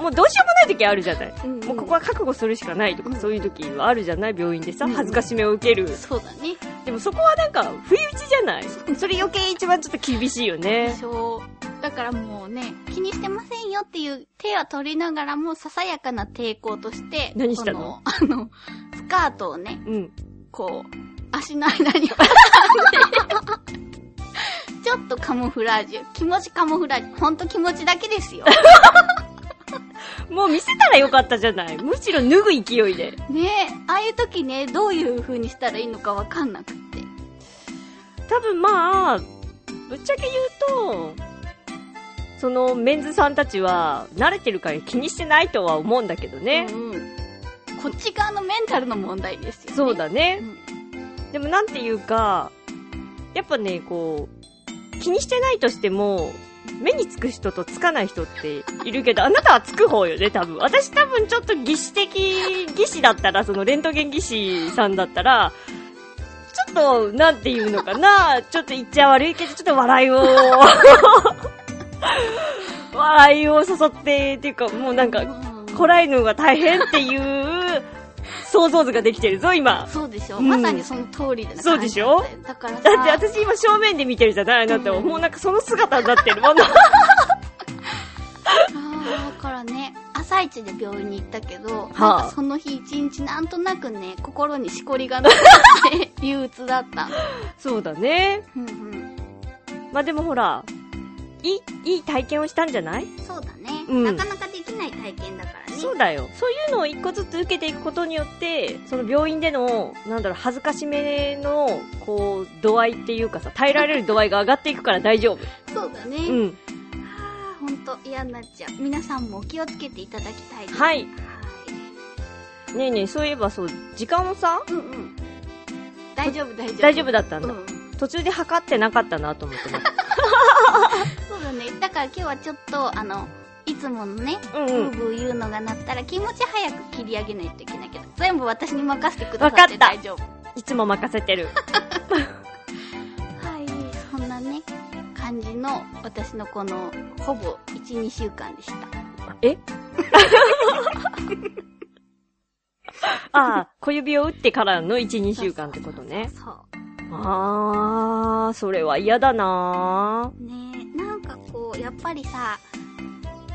もうどうしようもない時あるじゃない。うんもうここは覚悟するしかないとか、うんそういう時はあるじゃない病院でさ、うん恥ずかしめを受ける。そうだね。でもそこはなんか、不意打ちじゃないそれ余計一番ちょっと厳しいよでね。しょだからもうね、気にしてませんよっていう手は取りながらも、ささやかな抵抗として、何したのこのあの、スカートをね、うん。こう、足の間に挟んで、ちょっとカモフラージュ。気持ちカモフラージュ。ほんと気持ちだけです よ。もう見せたらよかったじゃない。むしろ脱ぐ勢いで。ねえ、ああいう時ね、どういう風にしたらいいのかわかんなくって。多分まあ、ぶっちゃけ言うと、そのメンズさんたちは慣れてるから気にしてないとは思うんだけどね。うんうん。こっち側のメンタルの問題ですよね。そうだうね。ん。でもなんていうか、やっぱね、こう、気にしてないとしても、目につく人とつかない人っているけど、あなたはつく方よね、多分。私多分ちょっと技師的、技師だったら、そのレントゲン技師さんだったら、ちょっと、なんていうのかな、ちょっと言っちゃ悪いけど、ちょっと笑いを、 笑いを誘って、っていうか、もうなんか、うんこらえるのが大変っていう、想像図ができてるぞ、今。そうでしょ、うんまさにその通りだなそうでしょ感じだったよ だからださ、って私今正面で見てるじゃないあなたを。もうなんかその姿になってるもの。あーだからね、朝一で病院に行ったけど、あなんかその日一日なんとなくね、心にしこりが残って憂鬱だったの。 そうだね。うんうん。まあでもほら、いい、いい体験をしたんじゃないそうだね、うんなかなかできない体験だからね。そうだよ。そういうのを一個ずつ受けていくことによって、その病院での、なんだろう、恥ずかしめの、こう、度合いっていうかさ、耐えられる度合いが上がっていくから大丈夫。 そうだね。うん。あーほんと嫌になっちゃう。皆さんもお気をつけていただきたいです。。はいい。ねえねえ、そういえばそう、時間もさ、うんうん。大丈夫、大丈夫。大丈夫だったんうだ。ん。途中で測ってなかったなと思 ってね。そうだね。だから今日はちょっと、あの、いつものね、うんブうーん。ブー言うのがなったら気持ち早く切り上げないといけないけど、全部私に任せてくださってわかった大丈夫。いつも任せてる。はい、そんなね、感じの私のこの、ほぼ1、2週間でした。え ああ、小指を打ってからの1、2週間ってことね。そああ、それは嫌だなう。ねえなんかこう、やっぱりさ、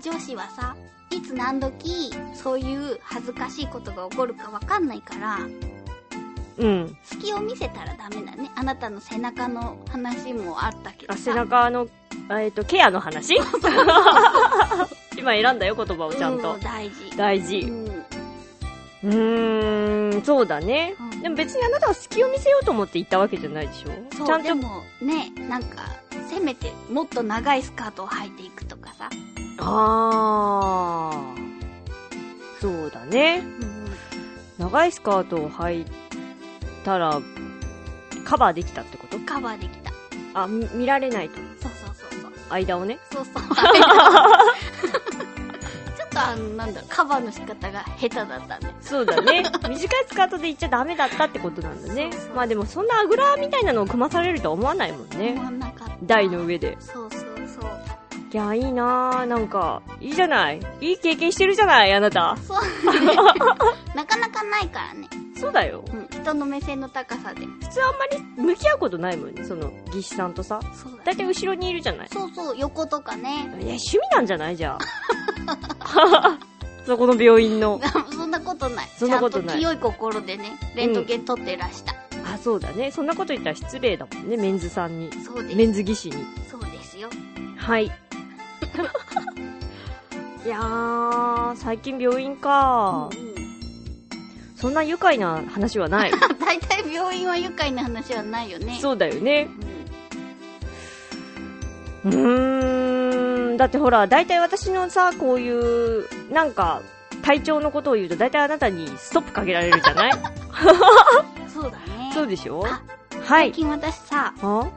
女子はさ、いつ何時、そういう恥ずかしいことが起こるかわかんないから、ーうん。隙を見せたらダメだね。あなたの背中の話もあったけどあ、さ。背中の、えっ、と、ケアの 話今選んだよ、言葉をちゃんうと。大事。大う事。ん。うーん、そうだねうん。でも別にあなたは隙を見せようと思って行ったわけじゃないでしそょうちゃんでと、もねなんかせめてもっと長いスカートを履いていくとかさ、ああ、そうだね。長いスカートを履いたら、カバーできたってことカバーできたあ、み見られないと。そうそうそうそう間をね。そう そうちょっとあのなんだろうカバーの仕方が下手だったんでそうだ ね。短いスカートで行っちゃダメだったってことなんだねそうそう。まあでもそんなあぐらみたいなのを組まされるとは思わないもん思ね。わなかった台の上で。そうそうそういや、いいなぁ。なんか、いいじゃない。いい経験してるじゃない、あなた。そうなかなかないからね、そうだよ。うん、人の目線の高さで普通あんまり向き合うことないもんね、その、技師さんとさ。そうだだねいたい後ろにいるじゃない。そうそう横とかねいや、趣味なんじゃないじゃあ。 そこの病院の。そんなことないそんなことちゃんないと清い心でねレントゲン取ってらした、あ、そうだね。そんなこと言ったら失礼だもんね、メンズさんに。そうですメンズ技師に。そうですよはい。いやー、最近病院か。うんうんそんな愉快な話はない。大体病院は愉快な話はないよね。う。そうだよね。ん、うーん。だってほら、大体私のさ、こういう、なんか、体調のことを言うと、大体あなたにストップかけられるじゃないそうだね。そうでしょあは最い。近私さ、あ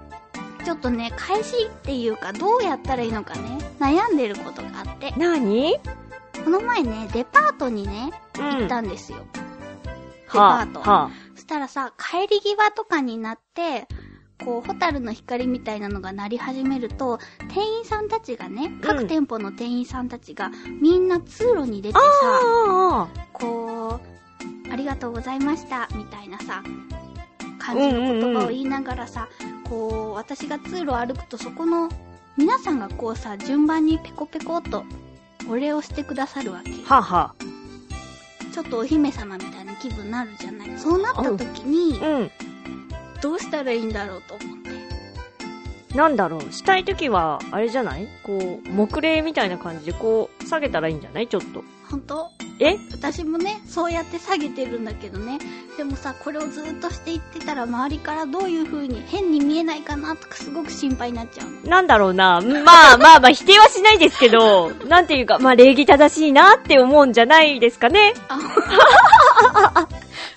ちょっとね、返しっていうか、どうやったらいいのかね、悩んでることがあって、なにこの前ね、デパートにね、うん。行ったはんですよ。あ、デパートはそしたらさ、帰り際とかになって、こう、ホタルの光みたいなのが鳴り始めると、店員さんたちがね、各店舗の店員さんたちが、みんな通路に出てさ、あ。ああ、こう、ありがとうございました、みたいなさ、感じの言葉を言いながらさ、こう、私が通路を歩くとそこの皆さんがこうさ、順番にペコペコっとお礼をしてくださるわけ。はあ、はちょっとお姫様みたいな気分になるじゃない。そうなった時にあ、、うん。どうしたらいいんだろうと思って。なんだろう、したいときは、あれじゃないこう、木礼みたいな感じで、こう、下げたらいいんじゃないちょっと。本当え私もね、そうやって下げてるんだけどね。でもさ、これをずっとしていってたら、周りからどういう風に変に見えないかなとかすごく心配になっちゃうの。なんだろうな、まあまあまあ、否定はしないですけど、 なんていうか、まあ礼儀正しいなって思うんじゃないですかね。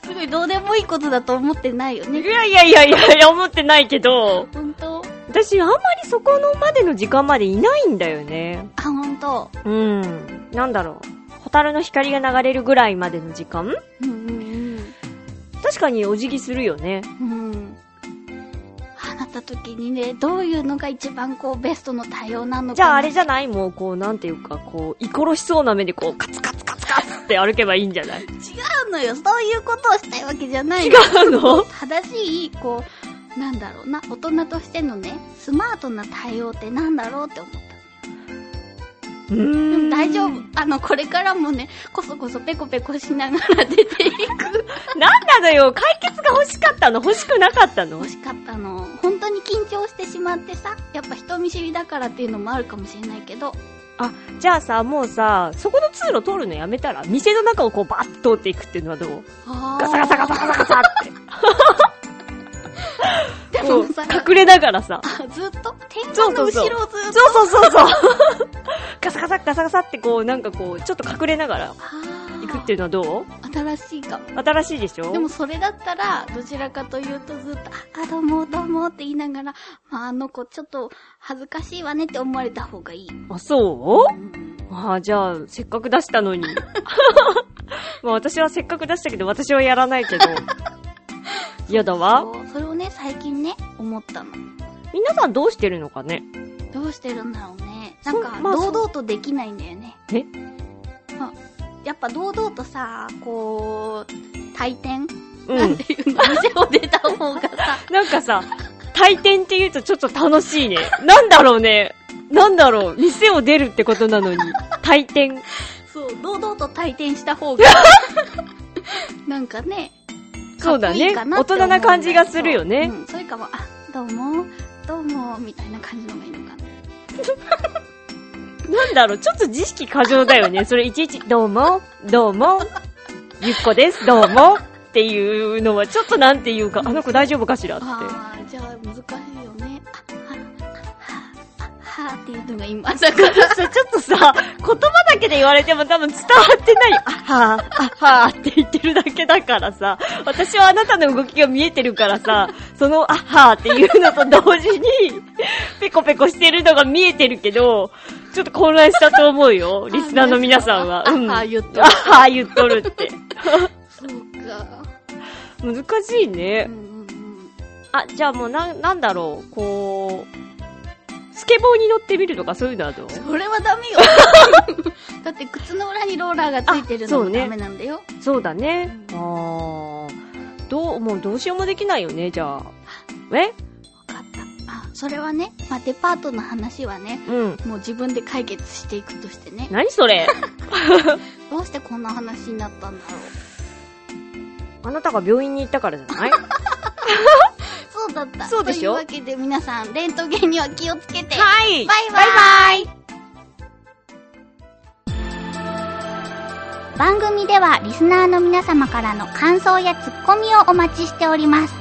すごいどうでもいいことだと思ってないよいね。やいやいやいやいや、思ってないけど、本当私あんまりそこのまでの時間までいないんだよね。あ、本当うん。なんだろう、蛍の光が流れるぐらいまでの時間うんうん確かにお辞儀するよね。うん。うん。あなった時にね、どういうのが一番こう、ベストの対応なのかな。じゃああれじゃないもうこう、なんていうか、こう、居殺しそうな目でこう、カツカツカツカツって歩けばいいんじゃない違うのよ。そういうことをしたいわけじゃない違の。うの正しい、こう、なんだろうな、大人としてのね、スマートな対応ってなんだろうって思った。うでーもん。大丈夫。あの、これからもね、こそこそペコペコしながら出ていく。なんなのよ、解決が欲しかったの欲しくなかったの惜しかったの。本当に緊張してしまってさ、やっぱ人見知りだからっていうのもあるかもしれないけど、じゃあさ、もうさ、そこの通路通るのやめたら、店の中をこうバーッと通っていくっていうのはどうガガサガサガサガサガサっでて。こもうさ、隠れながらさ。あずっと、天そ井うそのうそう後ろをずっと。そうそうそうそう。 ガサガサガサガサってこう、なんかこう、ちょっと隠れながらあー行くっていうのはどう新しいかも。新しいでしょでもそれだったら、どちらかというとずっと、あ、あどうもどうもって言いながら、まあ、あの子ちょっと恥ずかしいわねって思われた方がいい。あ、そううんああ、じゃあ、せっかく出し たのに。まあ私はせっかく出したけど、私はやらないけ ど。嫌だわ。そうそれをね、最近ね、思ったの。皆さんどうしてるのかねどうしてるんだろうね。なそんうか、まあそ堂う々とできないんだよね。えまあやっぱ堂々とさ、こう、退店、うなんん。ていうの、 店を出た方がさ、なんかさ、退店って言うとちょっと楽しいね。なんだろうね。なんだろう。店を出るってことなのに。退店。そう、堂々と退店した方が、 なんかね、そうだかっこいねいかって思う大人な感じがするよねそう,、うん、そういうかも、あ、どうも、どうも、みたいな感じのがいいのかな。なんだろう。ちょっと自意識過剰だよね。それいちいち、どうも、どうも、ゆっこです、どうも。っていうのは、ちょっとなんていうか、あの子大丈夫かしらって。あー、じゃあ難しいよね。あ、は、あ、は、は、っていうのが今、だから、さ、ちょっとさ、言葉だけで言われても多分伝わってない。あはーあはーって言ってるだけだからさ、私はあなたの動きが見えてるからさ、そのあはーっていうのと同時に、ペコペコしてるのが見えてるけど、ちょっと混乱したと思うよ、リスナーの皆さんは。あうん。あああ言っとるはー言っとるって。そうか。難しいねうん。うんうん。あ、じゃあもうな、なんだろう、こう、スケボーに乗ってみるとかそういうのはどうそれはダ メよ。だって靴の裏にローラーがついてるあそのもうねダメなんだよ。そうだね。うあーどう、もうどうしようもできないよね、じゃあ。えわかった。あ、それはね、まあ、デパートの話はね、うん。もう自分で解決していくとしてね。何そ れどうしてこんな話になったんだろう。あなたが病院に行ったから じゃないはそうだった。そうでしょというわけで皆さん、レントゲンには気をつけて。いバイバイ番組ではリスナーの皆様からの感想やツッコミをお待ちしております。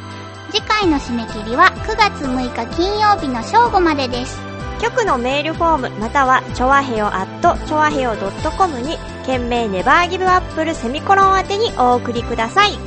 次回の締め切りは9月6日金曜日の正午までです。局のメールフォームまたはチョアヘヨアットチョアヘヨ .com に件名ネバーギブアップルセミコロン宛てにお送りください